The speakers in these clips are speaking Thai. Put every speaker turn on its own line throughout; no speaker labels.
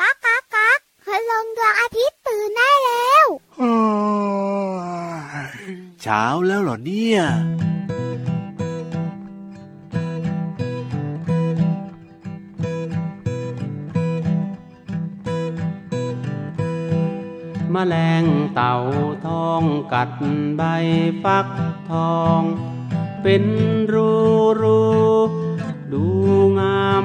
ก๊ากก๊ากก๊ากคืนลงดวงอาทิตย์ตื่นได้แล้ว
เช้าแล้วเหรอเนี่ย
มแมลงเต่าทองกัดใบฟักทอง เป็นรูรูดูงาม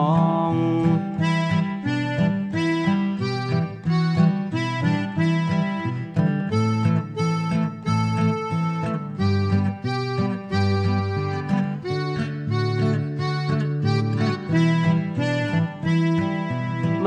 อง ม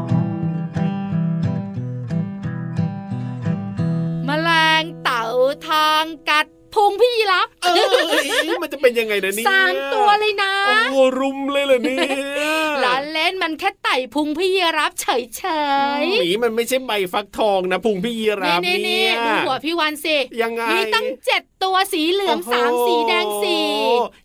มแมลงเต่าทองกัดพุงพี่ยีรับ
เอ้ยมันจะเป็นยังไงนะเนี่ย
สามตัวเลยนะ
โอ้โหรุมเลยเหรอเนี่ย
หลานเล่นมันแค่ไต่พุงพี่ยีรับเฉยเฉย
หมีมันไม่ใช่ใบฟักทองนะพุงพี่ยีรา
นี่
ฟ
นี่นี่
เนี่ย
ดูหัวพี่วันสิ
ยังไง
มีตั้งเจ็ดตัวสีเหลือง
โโ
สามสีแดงสี่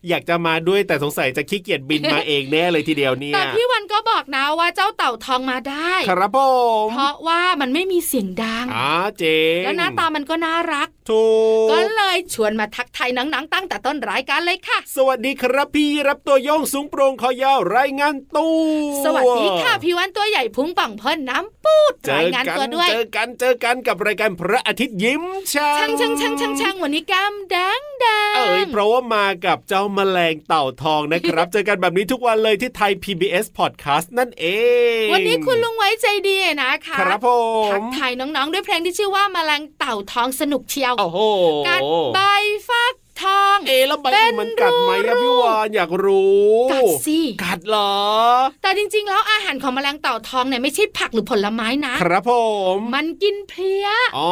อยากจะมาด้วยแต่สงสัยจะขี้เกียจบินมาเองแน่เลยทีเดียวเนี่ย
แต่พี่วันก็บอกนะว่าเจ้าเต่าทองมาได้
ครับผม
เพราะว่ามันไม่มีเสียงดัง
อ๋อเจ๋ง
แล้วหน้าตามันก็น่ารัก
ถูก
ก็เลยชวนมาทักทายหนังๆตั้งแต่ต้นรายการเลยค่ะ
สวัสดีครับพี่รับตัวโยงสูงโปรงคอยาวรายงานตู้
สวัสดีค่ะพี่วันตัวใหญ่พุงป่องพ่นน้ำปูด
เจ
รา
อย
งาน
กั
ตัวด้วย
เจอกันเจอกันกับรายการพระอาทิตย์ยิ้มช่าง
ช่างช่างช่างช่างช่างวันนี้กล้ามแดงแดง
เอ้ยเพราะว่ามากับเจ้าแมลงเต่าทองนะครับ เจอกันแบบนี้ทุกวันเลยที่ไทย PBS Podcast นั่นเอง
วันนี้คุณลุงไว้ใจดีนะคะ
ครับผ
ทั
ม
กทายน้องๆ ด้วยเพลงที่ชื่อว่าแมลงเต่าทองสนุกเชียว
โอ้โห
กัดใบฟักทอง
เอะแล้วใบมันกัดไหมอะพี่วานอยากรู้
กัดสิ
กัดเหรอ
แต่จริงๆ แล้วอาหารของแมลงเต่าทองเนี่ยไม่ใช่ผักหรือผลไม้นะ
ครับผม
มันกินเพลี้ย
อ๋อ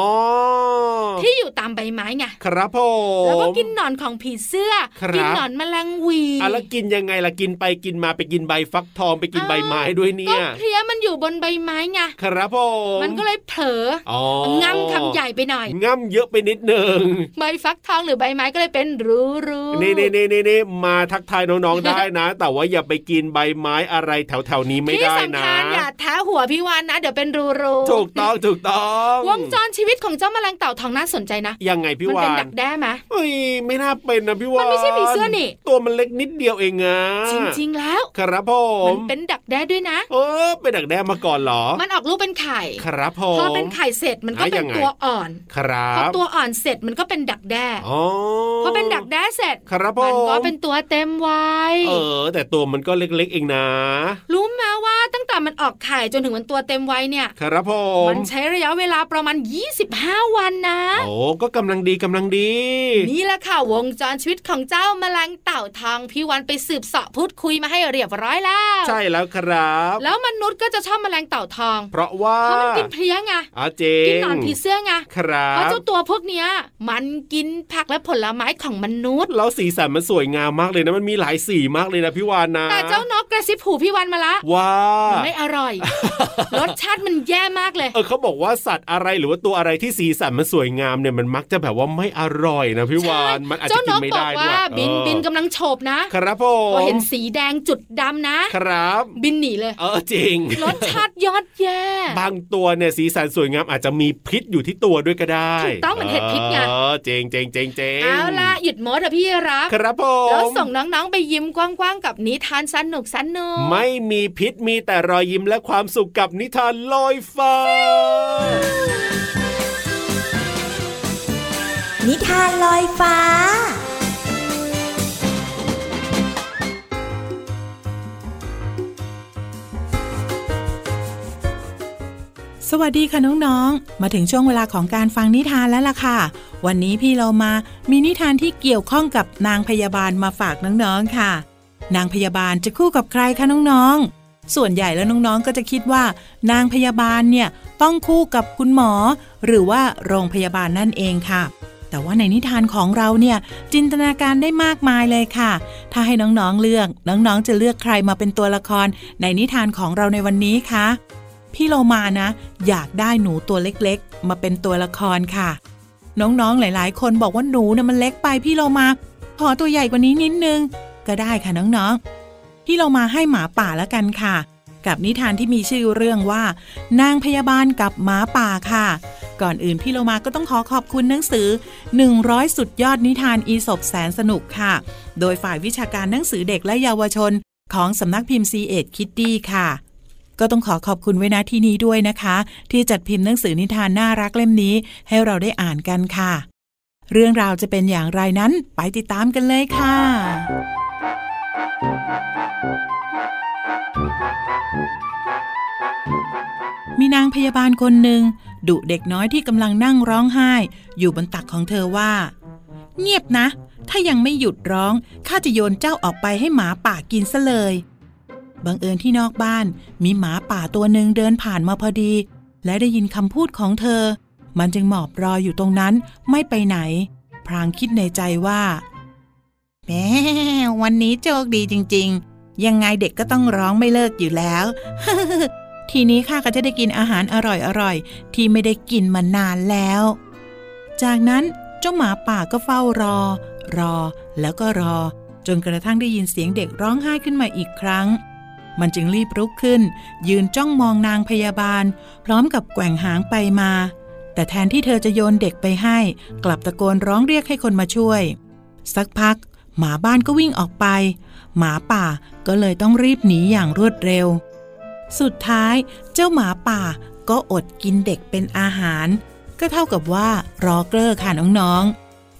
ที่อยู่ตามใบไม้ไง
ครับผม
แล้วก็กินหนอนของผีเสื้อ
ครับ
กิหนอนแมลงหวี
อ่ะแล้วกินยังไงล่ะกินไปกินมาไปกินใบฟักทองไปกินใบไม้ด้วยเนี่
ก็
ย
เพลี้ยมันอยู่บนใบไม้ไง
ครับผม
มันก็เลยเผลอ
อ๋อ
องัมคำใหญ่ไปหน่อย
ง่ำเยอะไปนิดหนึ่ง
ใบฟักทองหรือใบไม้ก็เลยเป็นรู้รู้
นี่นี่นี่นี่นี่มาทักทายน้องๆได้ นะ แต่ว่าอย่าไปกินใบไม้อะไรแถวๆนี้ไม่
ที่
ได้
สำ
นะ
คัญอย่าท้าหัวพี่วานนะ เดี๋ยวเป็นรู้รู้
ถูกต้องถูกต้อง
วงจรชีวิตของเจ้าแมลงเต่าทองน่าสนใจนะ
ยังไงพี่
มั
วา
เป็น
น
ดักแด้ไหม
เอ้ยไม่น่าเป็นนะพี่วาน
มันไม่ใช่ผีเสื้อนี่
ตัวมันเล็กนิดเดียวเองอะ
จริงๆแล้ว
ครับผ
มั
ม
นเป็นดักแด้ด้วยนะ
เออเป็นดักแด้มาก่อนเหรอ
มันออกลูกเป็นไข่
ครับผม
พอเป็นไข่เสร็จมันก็
อ่ะ
เป็
ยั
น
งไง
ตัวอ่อน
ครั
พอบ ตัวอ่อนเสร็จมันก็เป็นดักแด้
อ๋อ
พอเป็นดักแด้เสร็จ
ครับผ
มั
ม
ก็เป็นตัวเต็มวัย
เออ แต่ตัวมันก็เล็กๆเองนะ
รู้ไหมว่าตั้งแต่มันออกไข่จนถึงมันตัวเต็มวัยเนี่ย
ครับผม
มันใช้ระยะเวลาประมาณ 25 วันนะ
โอ้ก็กำลังดีกำลังดี
นี่แหละค่ะวงจรชีวิตของเจ้าแมลงเต่าทองพี่วันไปสืบเสาะพูดคุยมาให้เรียบร้อยแล้ว
ใช่แล้วครับ
แล้วมนุษย์ก็จะชอบแมลงเต่าทอง
เพราะว่า
เพราะมันกินเพลี้ยไง
อาเจ
กิน
ง
หนอนผีเสื้อไง
ครั
เพราะ
บ
เจ้าตัวพวกเนี้ย มันกินผักและผลไม้ของมนุษย์
แล้วสีสันมันสวยงามมากเลยนะมันมีหลายสีมากเลยนะพี่วานนะ
แต่เจ้านกกระซิบหูพี่วันมาละ
ว่ามั
มันไม่อร่อย รสชาติมันแย่มากเลย
เออเขาบอกว่าสัตว์อะไรหรือว่าตัวอะไรที่สีสันมันสวยงามเนี่ยมันมักจะแบบว่าไม่อร่อยนะพี่วานมันอาจ
เจ้า
จะ
น
กิน
ก
ไม่
บอ
ได้
ก
ด้ว
ว่ายบิน
เออ
บินกำลังโฉบนะครับ
ผ
พอ
ม
เห็นสีแดงจุดดำนะ
ครับ
บินหนีเลย
เออจริง
รสชาติยอดแย่
บางตัวเนี่ยสีสันสวยงามอาจจะมีพิษอยู่ที่ตัวด้วยก็ได้
ถูกต้องเหมือนเห็ดพิษไง
เออเจงเจงเจงเจง
เอาล่ะหยุดมดอะพี่รัก
ครับผ
แล้ว
ม
ส่งน้องๆไปยิ้มกว้างๆกับนิทานสนุกสนุก
ไม่มีพิษมีแต่รอยยิ้มและความสุขกับนิทานลอยฟ้า
นิทานลอยฟ้า สวัสดีค่ะน้องๆ มาถึงช่วงเวลาของการฟังนิทานแล้วล่ะค่ะ วันนี้พี่เรามามีนิทานที่เกี่ยวข้องกับนางพยาบาลมาฝากน้องๆค่ะ นางพยาบาลจะคู่กับใครคะน้องๆ ส่วนใหญ่แล้วน้องๆก็จะคิดว่า นางพยาบาลเนี่ยต้องคู่กับคุณหมอ หรือว่าโรงพยาบาลนั่นเองค่ะ แต่ว่าในนิทานของเราเนี่ยจินตนาการได้มากมายเลยค่ะ ถ้าให้น้องๆเลือกน้องๆจะเลือกใครมาเป็นตัวละคร ในนิทานของเราในวันนี้คะ พี่โลมานะ อยากได้หนูตัวเล็กๆ มาเป็นตัวละครค่ะ น้องๆ หลายๆ คนบอกว่าหนูนะ่ะมันเล็กไปพี่โลมา ขอตัวใหญ่กว่านี้นิดนึง ก็ได้ค่ะน้องๆ พี่โลมาให้หมาป่าแล้วกันค่ะ กับนิทานที่มีชื่อเรื่องว่า นางพยาบาลกับหมาป่าค่ะ ก่อนอื่นพี่โลมาก็ต้องขอขอบคุณหนังสือ 100 สุดยอดนิทานอีสบแสนสนุกค่ะ โดยฝ่ายวิชาการหนังสือเด็กและเยาวชน ของสำนักพิมพ์ C ีเอ็ดคิตตี้ค่ะ ก็ต้องขอขอบคุณไว้นะที่นี้ด้วยนะคะ ที่จัดพิมพ์หนังสือนิทานน่ารักเล่มนี้ ให้เราได้อ่านกันค่ะ เรื่องราวจะเป็นอย่างไรนั้นไปติดตามกันเลยค่ะ มีนางพยาบาลคนหนึ่งดุเด็กน้อยที่กำลังนั่งร้องไห้ อยู่บนตักของเธอว่า เงียบนะ ถ้ายังไม่หยุดร้องข้าจะโยนเจ้าออกไปให้หมาป่ากินซะเลย บังเอิญที่นอกบ้านมีหมาป่าตัวหนึ่งเดินผ่านมาพอดี และได้ยินคำพูดของเธอ มันจึงหมอบรออยู่ตรงนั้นไม่ไปไหน พรางคิดในใจว่าแหมวันนี้โชคดีจริง ๆ ยังไงเด็กก็ต้องร้องไม่เลิกอยู่แล้ว ทีนี้ข้าก็จะได้กินอาหารอร่อยๆ ที่ไม่ได้กินมานานแล้ว จากนั้นเจ้าหมาป่าก็เฝ้ารอ รอแล้วก็รอ จนกระทั่งได้ยินเสียงเด็กร้องไห้ขึ้นมาอีกครั้ง มันจึงรีบลุกขึ้น ยืนจ้องมองนางพยาบาล พร้อมกับแกว่งหางไปมา แต่แทนที่เธอจะโยนเด็กไปให้ กลับตะโกนร้องเรียกให้คนมาช่วย สักพัก หมาบ้านก็วิ่งออกไป หมาป่าก็เลยต้องรีบหนีอย่างรวดเร็ว สุดท้ายเจ้าหมาป่าก็อดกินเด็กเป็นอาหาร ก็เท่ากับว่ารอเกลอค่ะน้องๆ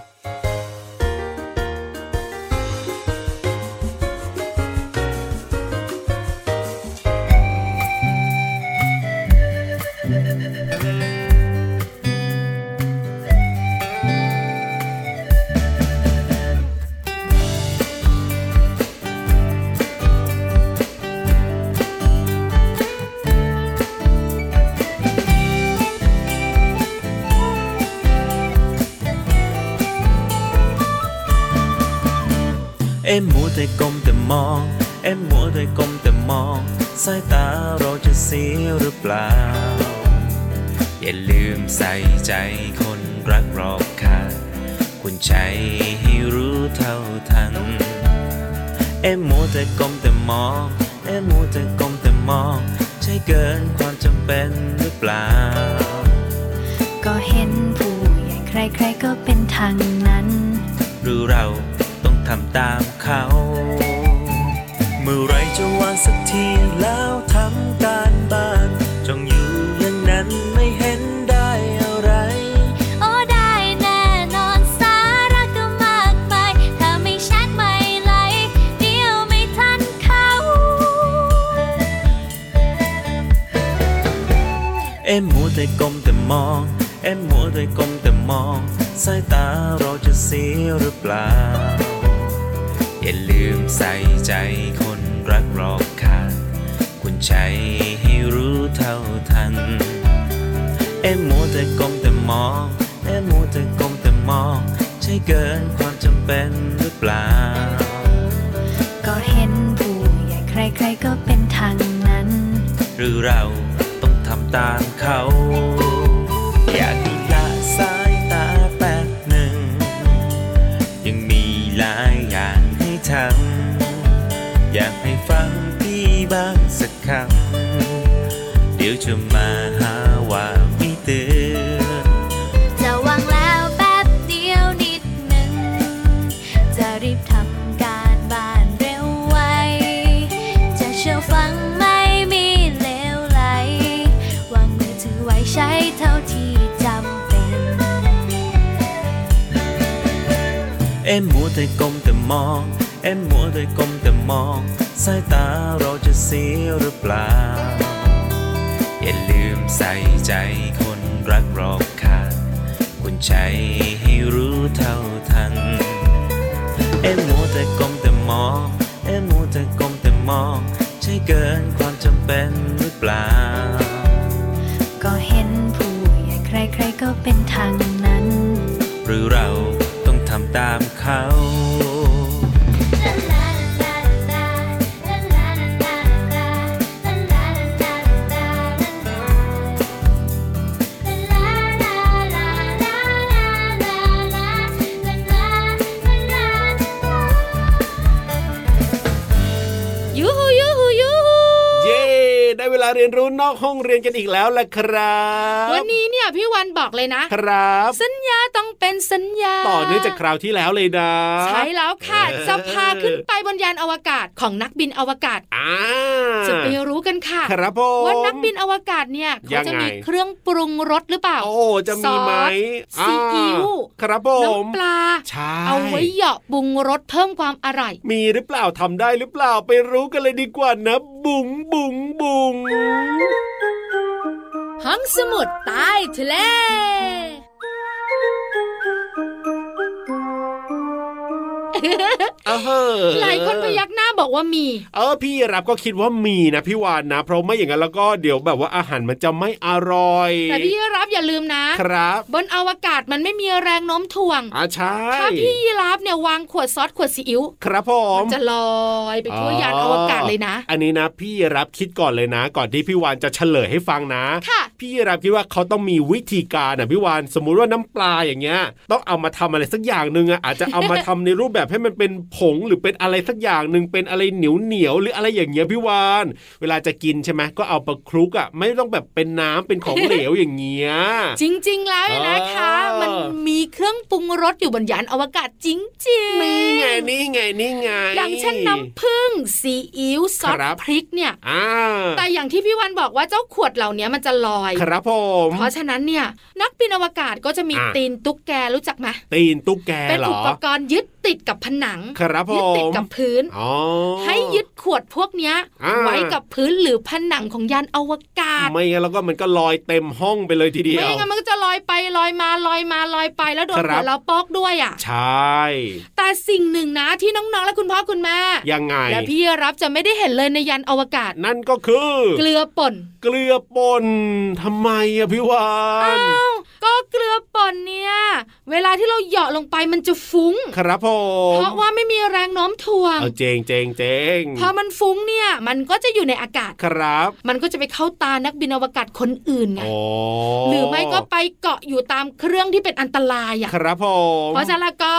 เอ็มมัวแต่ก้มแต่มอง เอ็มมัวแต่ก้มแต่มอง สายตาเราจะเสียหรือเปล่า อย่าลืมใส่ใจคนรักรอบค่างคุณใจให้รู้เท่าทัน เอ็มมัวแต่ก้มแต่มอง เอ็มมัวแต่ก้มแต่มอง ใช่เกินความจำเป็นหรือเปล่า
ก็เห็นผู้ใหญ่ใครๆก็เป็นทางนั้น
หรือเราต้องทำตามเขา เมื่อไรจะวางสักทีแล้วทำการบ้านจองอยู่อย่างนั้นไม่เห็นได้อะไร
โอ้ได้แน่นอนสาระก็มากมายถ้าไม่ชัดไม่ไหลเดี๋ยวไม่ทันเขา
เอ็มมัวแต่ก้มแต่มอง เอ็มมัวแต่ก้มแต่มอง สายตาเราจะเสียหรือเปล่า อย่าลืมใส่ใจคนรักรอบค่างคุณใจให้รู้เท่าทัน เอ็มมัวแต่ก้มแต่มอง เอ็มมัวแต่ก้มแต่มอง ใช่เกินความจำเป็นหรือเปล่า
ก็เห็นผู้ใหญ่ใครๆก็เป็นทางนั้น
หรือเราต้องทำตามเขา อยากดูละสายตาแป๊บหนึ่ง ยังมีหลายอย่างให้ทำ อยากให้ฟังพี่บ้างสักคำ เดี๋ยวจะมาหาว่าไม่เตือน
จะวางแล้วแป๊บเดียวนิดหนึ่ง จะรีบทำการบ้านเร็วไว จะเชื่อฟังไม่มีเลวไหล วางมือถือไว้ใช้เท่าที่จำเป็น
เอ็มมัวแต่ก้มแต่มอง เอ็มมัวแต่ก้มแต่มอง สายตาเราจะเสียหรือเปล่า อย่าลืมใส่ใจคนรักรอบคานคุณใจให้รู้เท่าทัน เอ็มมัวแต่ก้มแต่มอง เอ็มมัวแต่ก้มแต่มอง ใช่เกินความจำเป็นหรือเปล่า
ก็เห็นผู้ใหญ่ใครๆก็เป็นทางนั้น
หรือเราต้องทำตามเขา
ยูฮูยูฮูยูฮู
เย้ได้เวลาเรียนรู้นอกห้องเรียนกันอีกแล้วล่ะครับ
วันนี้เนี่ยพี่วันบอกเลยนะ
ครับ
สัญญาต้องเป็นสัญญา
ต่อเนื่องจากคราวที่แล้วเลยนะ
ใช่แล้วค่ะ
เออ
จะพาขึ้นไปบนยานอวกาศของนักบินอวกาศ
อ่า
จะไปรู้กันค่ะ
ครับผม
ว่านักบินอวกาศเนี่ยเขา
ยังไง
จะมีเครื่องปรุงรสหรือเปล่า
โอ้จะมีไหม
ซอสซีอิ๊ว
อ่าครับผม
น้ำปลา
ใช่
เอาไว้เหยาะปรุงรสเพิ่มความอร่อย
มีหรือเปล่าทำได้หรือเปล่าไปรู้กันเลยดีกว่านะบุ๋งบุ๋งบุ๋ง
ห้องสมุดใต้ทะเล
เออ
หลายคนพยักหน้าบอกว่ามี
เออพี่รับก็คิดว่ามีนะพี่วานนะ เพราะไม่อย่างนั้นแล้วก็เดี๋ยวแบบว่าอาหารมันจะไม่อร่อย
แต่พี่รับอย่าลืมนะ
ครับ
บนอวกาศมันไม่มีแรงโน้มถ่วง
อ่าใช่
ถ้าพี่ยีราฟเนี่ยวางขวดซอสขวดซีอิ๊ว
ครับผม
มันจะลอยไปทั่วยานอวกาศเลยนะ
อันนี้นะ พี่รับคิดก่อนเลยนะ ก่อนที่พี่วานจะเฉลยให้ฟังนะ
ค่ะ
พี่รับคิดว่าเขาต้องมีวิธีการนะพี่วานสมมุติว่าน้ำปลาอย่างเงี้ย ต้องเอามาทำอะไรสักอย่างหนึ่งอะอาจจะเอามา ทำในรูปแบบให้มันเป็นผงหรือเป็นอะไรสักอย่างหนึ่งเป็นอะไรเหนียวเหนียวๆหรืออะไรอย่างเงี้ยพี่วาน เวลาจะกินใช่ไหมก็เอาไปคลุกอะไม่ต้องแบบเป็นน้ำเป็นของเหลวอย่างเงี้ย
จริง ๆ แล้วเนี่ยนะคะ
เออ
มันมีเครื่องปรุงรสอยู่บนยานอวกาศจริง
นี่ไงนี่ไงนี่ไง
ๆอย่างเช่นน้ำผึ้งซีอิ๊วซอส
ครับ
พริกเนี่ย
อ่า
แต่อย่างที่พี่วันบอกว่าเจ้าขวดเหล่านี้มันจะลอย
ครับผม
เพราะฉะนั้นเนี่ย นักบินอวกาศก็จะมี
อ่ะ
ตีนตุ๊กแกรู้จักไหม
ตีนตุ๊กแก
เป็น
เหร
อุ
อ
ปกรณ์ยึดติดกับผนัง
ครับผ
ยึดติด
ม
กับพื้น
อ๋อ
ให้ยึดขวดพวกเนี้ย
อ่า
ไว้กับพื้นหรือผนังของยานอวกาศ
ไม่งั้นแล้วก็มันก็ลอยเต็มห้องไปเลยทีเดีย
ไม่
ว
งั้นมันก็จะลอยไปลอยมาลอยมาลอยไปแล้วโดน
ครั
หั
บ
วเราโปอกด้วยอ่ะ
ใช่
แต่สิ่งหนึ่งนะที่น้องๆและคุณพ่อคุณแม่
ยังไง
และพี่รับจะไม่ได้เห็นเลยในยานอวกาศ
นั่นก็คือ
เกลือป่น
เกลือป่นทำไมอะพี่วาน
อ้าวก็เกลือป่นเนี่ยเวลาที่เราเหยาะลงไปมันจะฟุ้ง
ครับผม
เพราะว่าไม่มีแรงโน้มถ่วง
เอาเจงเจงเจง
พอมันฟุ้งเนี่ย มันก็จะอยู่ในอากาศ
ครับ
มันก็จะไปเข้าตานักบินอวกาศคนอื่นไง
โอ้
หรือไม่ก็ไปเกาะอยู่ตามเครื่องที่เป็นอันตราย
ค
อ่ะ
รับผม
เพราะฉะนั้นแล้วก็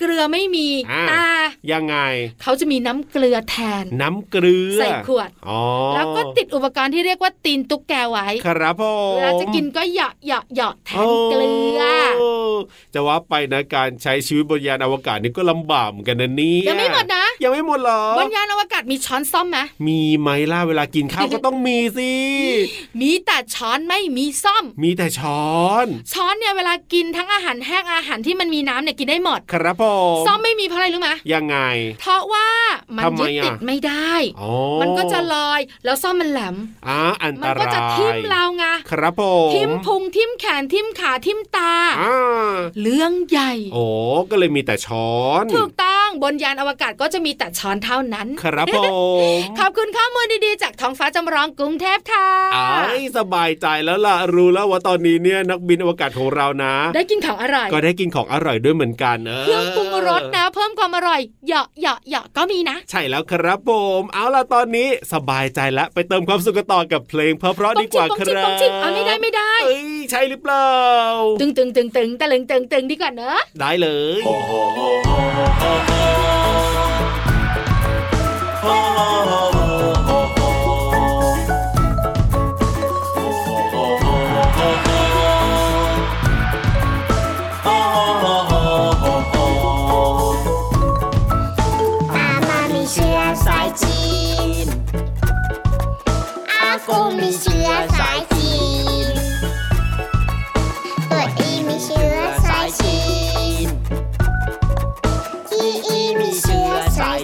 เกลือไม่มี
อ่า
แต่
ยังไง
เขาจะมีน้ำเกลือแทน
น้ำเกลือ
ใส่ขวด
อ๋อ
แล้วก็ติดอุปกรณ์ที่เรียกว่าตีนตุ๊กแกไว้
ครับผม
เวลาจะกินก็เหยาะเหยาะเหยาะแทนเกลือ
โจะว่าไปนะการใช้ชีวิตบนยานอวกาศนี่ก็ลำบากเหมือนกันนะเนี่ย
ยังไม่หมดนะ
ยังไม่หมดเหรอบ
นยานอวกาศมีช้อนซ่อมไหม
มีไหมล่ะเวลากิน ข้าวก็ต้องมีสิ
มีแต่ช้อนไม่มีซ่อม
มีแต่ช้อน
ช้อนเนี่ยเวลากินทั้งอาหารแห้งอาหารที่มันมีน้ำเนี่ยกินได้หมด
ครับผม
ซ่อมไม่มีเพราะอะไรรู้ไหม
ยังไง
เพราะว่ามัน
ทำไม
ยึด
อะ
ติดไม่ได้
อ๋อ
มันก็จะลอยแล้วซ่อมมันแหลม
อ่าอันต
มั
ราย
ก็จะทิ่มเราไง
ครับผม
ทิ่มพุงทิ่มแขนทิ่มขาทิ่มตา
อ่า
เรื่องใหญ่
โอ้ก็เลยมีแต่ช้อน
ถูกต้องบนยานอวกาศก็จะมีแต่ช้อนเท่านั้น
ครับผม
ขอบ คุณข้อมูลดีๆ จากท้องฟ้าจำลองกรุงเทพค่ะ
ไอ้ายสบายใจแล้วล่ะ รู้แล้วว่าตอนนี้เนี่ยนักบินอวกาศของเรานะ
ได้กินของอร่อย
ก็ได้กินของอร่อยด้วยเหมือนกัน
เครื่องปรุงรสนะเพิ่มความอร่อยเหยาะเหยาะเหยาะก็มีนะ
ใช่แล้วครับผม เอาล่ะตอนนี้สบายใจแล้วไปเติมความสุขกันต่อกับเพลงเพราะๆดีกว่า
ปอง
ค
จิก
รั
ป
บ
องจิกปองจิกเอาไม่ได้ไม่ได้
เอ้ยใช่หรือเปล่า
ตึงตึงตึงตึงตะลึงตึงตึงดีกว่าเนอะ
ได้เลย
อามามีเชื้อสายจีน อากูมีเชื้อสายจีน ตัวอีมีเชื้อสายจีน อีอีมีเชื้อสาย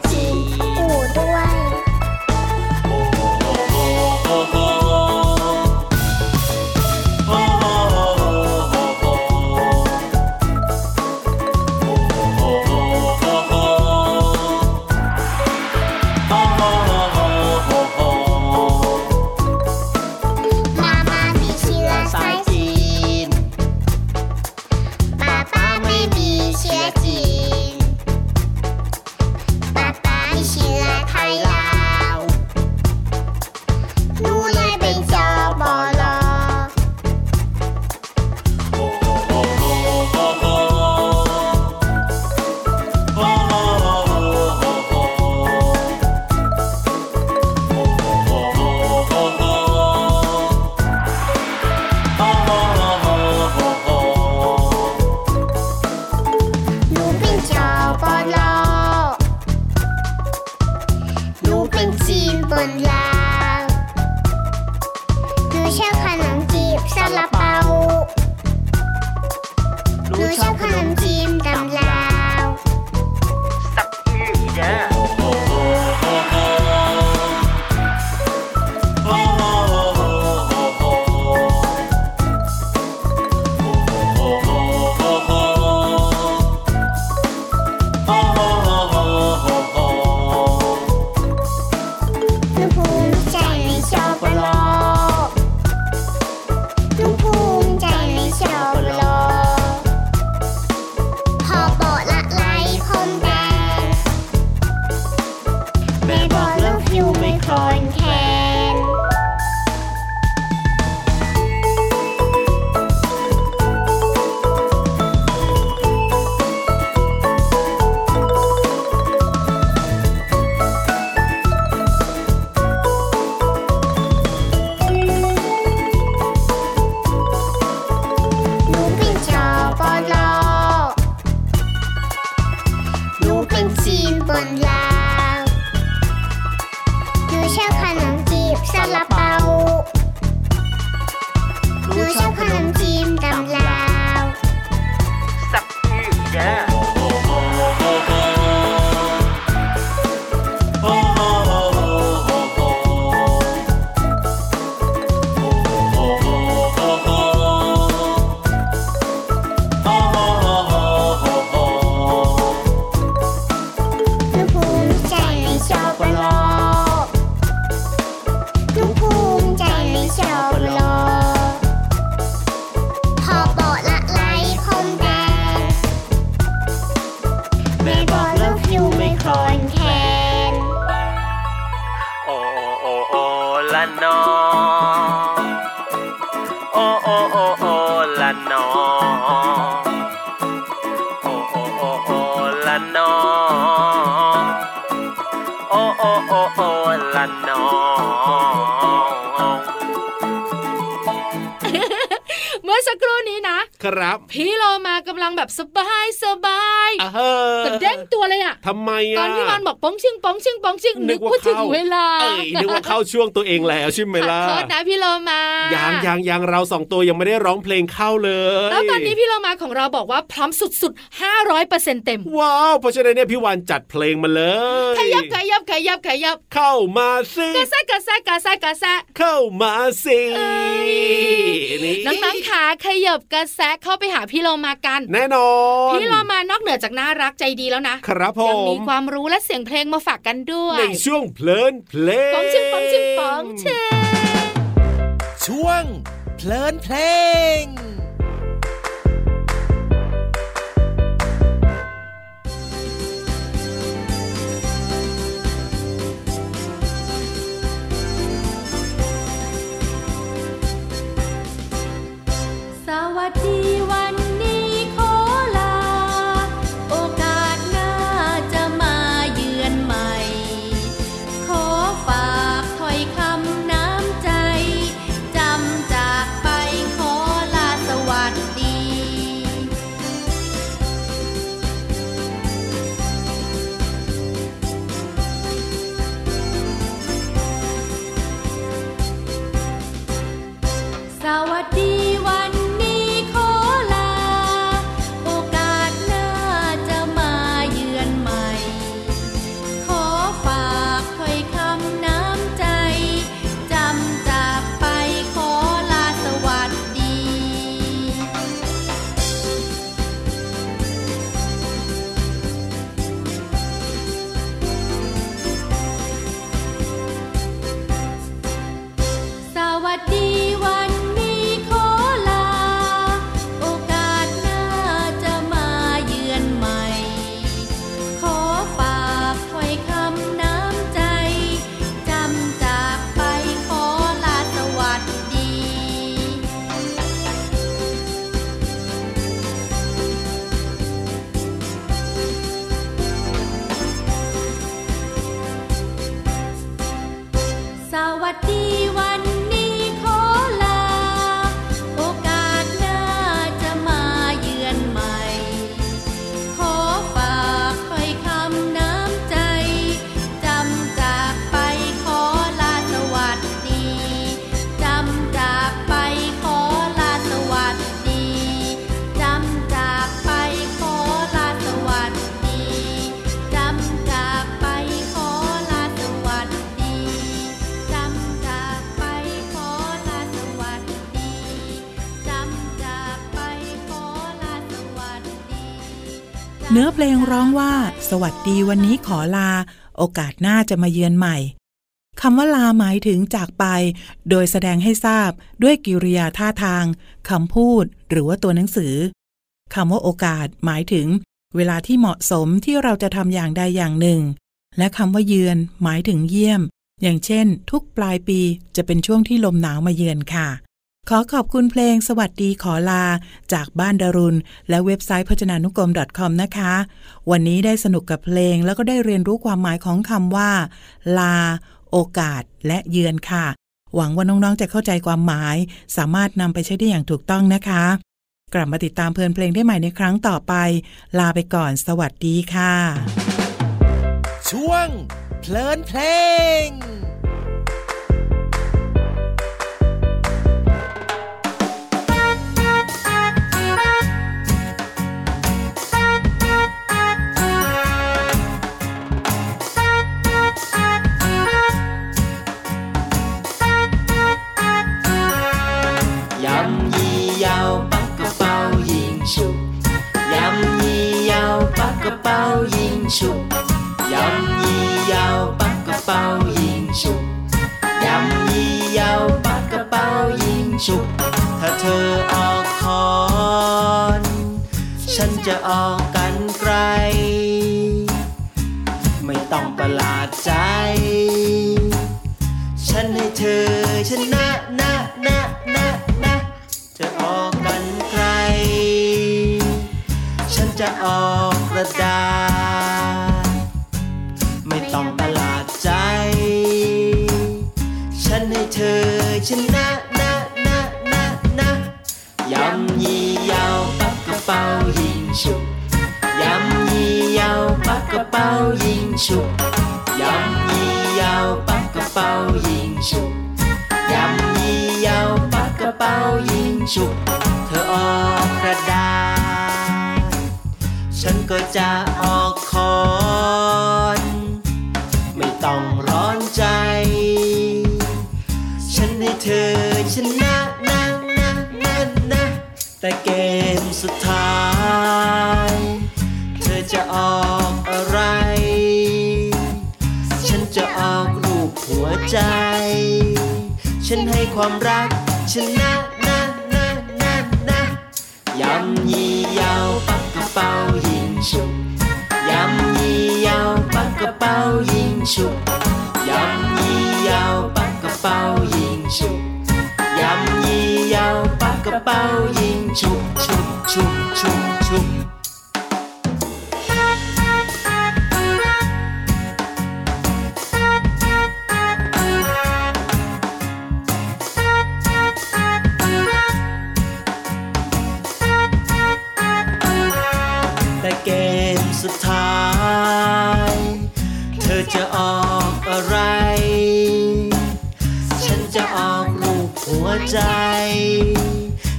Oh, นอ โอโอโอโอละนอ Oh, โอโอโอโอละนอ โอโอโอโอละนอ
เมื่อสักครู่นี้นะ
ครับ
พี่โลมากำลังแบบสบายสบาย
อ่ะเฮ
กระเด้งตัวเลยอ่ะ
ทำไม
ต
อ่ะ
อนที่มันบอกป้องชิงป้องชิงป้องชิง
นึ
นึ
ก
ก
ว่า
ว่าถึง
เข้า
เวลา
เอ้ยนึกว่าเข้าช่วงตัวเองแล้วใช่ไหมล่ะ
ขอโทษนะพี่โลมา
ยางยางยางเราสองตัวยังไม่ได้ร้องเพลงเข้าเลย
แล้วตอนนี้พี่โลมาของเราบอกว่าพร้อมสุดๆ 500%เต็ม
ว้าวเพราะฉะนั้นเนี่ยพี่วานจัดเพลงมาเลย
ขยับขยับขยับขยับ
เข้ามาสิ
กระแซะกระแซะกระแซะกระแซะ
เข้ามาสิ
เอ้ย
นี่
น้องๆขาขยับกระแซะเข้าไปหาพี่โลมากัน
แน่นอน
พี่โลมานอกเหนือจากน่ารักใจดีแล้วนะครับ
ผ
ยัง
ม
มีความรู้และเสียงเพลงมาฝากกันด้วย
ในช่วงเพลินเพลง
ป้องชิงป้องชิงป้องชิง
ช่วงเพลินเพลง
สวัสดีวันนี้ขอลา โอกาสหน้าจะมาเยือนใหม่ ขอฝากถ้อยคำน้ำใจ จำจากไปขอลาสวัสดี สวัสดีวันนี้ขอลา โอกาสหน้าจะมาเยือนใหม่ ขอฝากถ้อยคำน้ำใจ จำจากไปขอลาสวัสดี สวัสดีวันนี้ขอลา โอกาสหน้าจะมาเยือนใหม่ ขอฝากถ้อยคำน้ำใจ จำจากไปขอลาสวัสดี สวัสดีวันนี้ขอลา โอกาสหน้าจะมาเยือนใหม่ ขอฝากถ้อยคำน้ำใจ จำจากไปขอลาสวัสดี จำจากไปขอลาสวัสดี จำจากไปขอลาสวัสดี จำจากไปขอลาสวัสดี จำจากไปขอลาสวัสดี จำจากไปขอลาสวัสดี
เนื้อเพลงร้องว่า สวัสดีวันนี้ขอลา โอกาสหน้าจะมาเยือนใหม่คำว่าลาหมายถึงจากไป โดยแสดงให้ทราบด้วยกิริยาท่าทางคำพูดหรือว่าตัวหนังสือคำว่าโอกาสหมายถึง เวลาที่เหมาะสมที่เราจะทำอย่างใดอย่างหนึ่ง และคำว่าเยือน หมายถึงเยี่ยม อย่างเช่น ทุกปลายปีจะเป็นช่วงที่ลมหนาวมาเยือนค่ะ ขอขอบคุณเพลงสวัสดีขอลา จากบ้านดารุณ และเว็บไซต์พจนานุกรม .com นะคะ วันนี้ได้สนุกกับเพลงแล้วก็ได้เรียนรู้ความหมายของคำว่า ลา โอกาส และเยือนค่ะ หวังว่าน้องๆจะเข้าใจความหมาย สามารถนำไปใช้ได้อย่างถูกต้องนะคะ กลับมาติดตามเพลินเพลงได้ใหม่ในครั้งต่อไป ลาไปก่อน สวัสดีค่ะ
ช่วงเพลินเพลง
ยำยี่ยาวปักกระเป๋ายิงชุบยำยี่ยาวปักกระเป๋ายิงชุบยำยี่ยาวปักกระเป๋ายิงชุบยำยี่ยาวปักกระเป๋ายิงชุบถ้าเธอออกคอนฉันจะออกกันไกล ไม่ต้องประหลาดใจ ฉัน ฉันให้เธอชนะนะนะนะนะจะออกกันใคร ฉันจะออกกระดาษ ไม่ต้องประหลาดใจ ฉันให้เธอชนะนะนะนะนะยำยี่ยาวปักกระเป๋ายิงฉุบยำยี่ยาวปักกระเป๋ายิงฉุบยำยี่ยาวปักกระเป๋ายิงฉุบยำยี่ยาวปักกระเป๋ายิงฉุบเธอออกกระดาษ ฉันก็จะออกคอน ไม่ต้องร้อนใจ ฉันให้เธอชนะนะนะนะนะแต่เกมสุดท้าย เธอจะออกอะไร ฉันจะออกรูปหัวใจ ฉันให้ความรักชนะนะนะนะนะ ยำยี่ยาวปักกระเป๋ายิงฉุบยำยี่ยาวปักกระเป๋ายิงฉุบยำยี่ยาวปักกระเป๋ายิงฉุบยำยี่ยาวปักกระเป๋ายิงฉุบฉุบฉุบฉุบฉุบแต่เกมสุดท้าย เธอจะออกอะไร ฉันจะออกรูปหัวใจ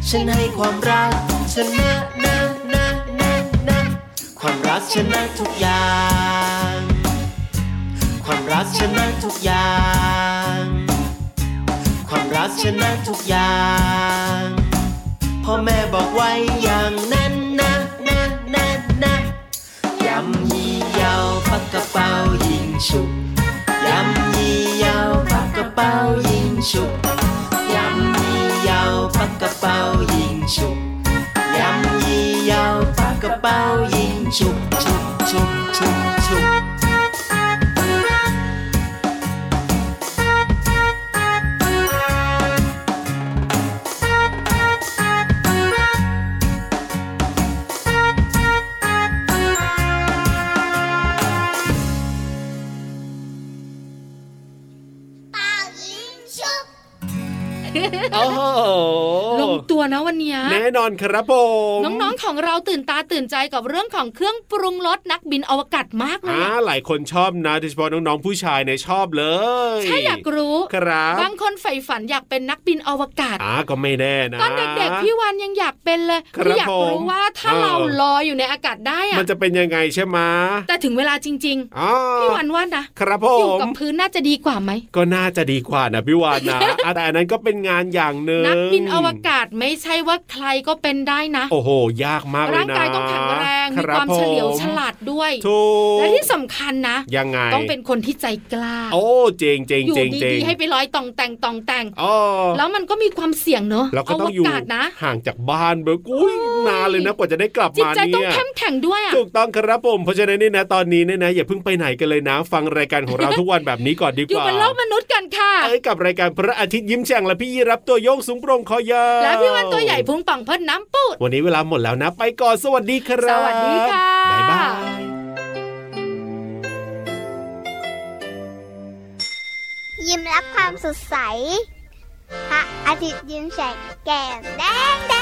ฉันให้ความรักชนะนะนะนะนะความรักชนะทุกอย่าง ความรักชนะทุกอย่าง ความรักชนะทุกอย่างพ่อแม่บอกไว้อย่างนั้นนะนะนะนะยำยี่ยาวปักกระเป๋ายิงฉุบยำยี่ยาวปักกระเป๋ายิงฉุบยำยี่ยาวปักกระเป๋ายิงฉุบยำยี่ยาวปักกระเป๋ายิงฉุบฉุบฉุบฉุบฉุบ
โอ้โห
ลงตัวนะวันเนี้ย
แน่นอนครับผม
น้องๆของเราตื่นตาตื่นใจกับเรื่องของเครื่องปรุงรสนักบินอวกาศมากเลย
อ่า
อะ
หลายคนชอบนะโดยเฉพาะน้องๆผู้ชายเนี่ยชอบเลย
ใช่อยากรู้
ครับ
บางคนใฝ่ฝันอยากเป็นนักบินอวกาศ
อ่าก็ไม่แน่นะ
ตอนเด็กๆพี่วันยังอยากเป็นเลย
ครับ
พี่อยาก
ผ
รู้
ม
ว่าถ้า
เออ
เราลอยอยู่ในอากาศได้อะ
มันจะเป็นยังไงใช่ไหม
แต่ถึงเวลาจริง
อ๋อ
ๆ พี่วันว่านะครับ
ผ
อยู่
ม
กับพื้นน่าจะดีกว่าไหม
ก็น่าจะดีกว่านะพี่วาน นะ อ่ะแต่อันนั้นก็เป็นงานอย่างหนึ่ง
นักบินอวกาศไม่ใช่ว่าใครก็เป็นได้นะ
โอ้โห ยากมากเลยนะ
ร่างกายต้องแข็งแรงมี
รับ
ความเฉลียว
ผ
ฉลาดด้วย
ถูก
และที่สำคัญนะ
ยังไง
ต้องเป็นคนที่ใจกล้า
โอ้เจงเจง
อยู่
เจงเจง
ดีๆให้ไปลอยต่องแต่งต่องแต่ง
อ๋อ
แล้วมันก็มีความเสี่ยงเนอะ
เราก็ต้องอยู่
วกาศนะ
ห่างจากบ้านแบบอุ้ยนานเลยนะกว่าจะได้กลับ
จิต
มา
ใจต้อง
เนี่ย
เข้มแข็งด้วยอ่ะ
ถูกต้องครับผมเพราะฉะนั้นเนี่ยนะตอนนี้เนี่ยนะอย่าเพิ่งไปไหนกันเลยนะ ฟังรายการของเราทุกวันแบบนี้ก่อนดี
อก ยู่
ว่า
บนโลกมนุษย์กันค่ะ
เอ้ยกับรายการพระอาทิตย์ยิ้มแฉ่งและพี่ยีรับตัวโยงสูงโปร่งคอยาว
แล้วพี่วันตัวใหญ่พุงป่องพ่นน้ำปูด
วันนี้เวลาหมดแล้วนะ ไปก่อนสวัสดีครับ
สวัสดีค่ะ
บ๊ายบาย
ยิ้มรับความสดใส พระอาทิตย์ยิ้มแฉกแก้มแดงแด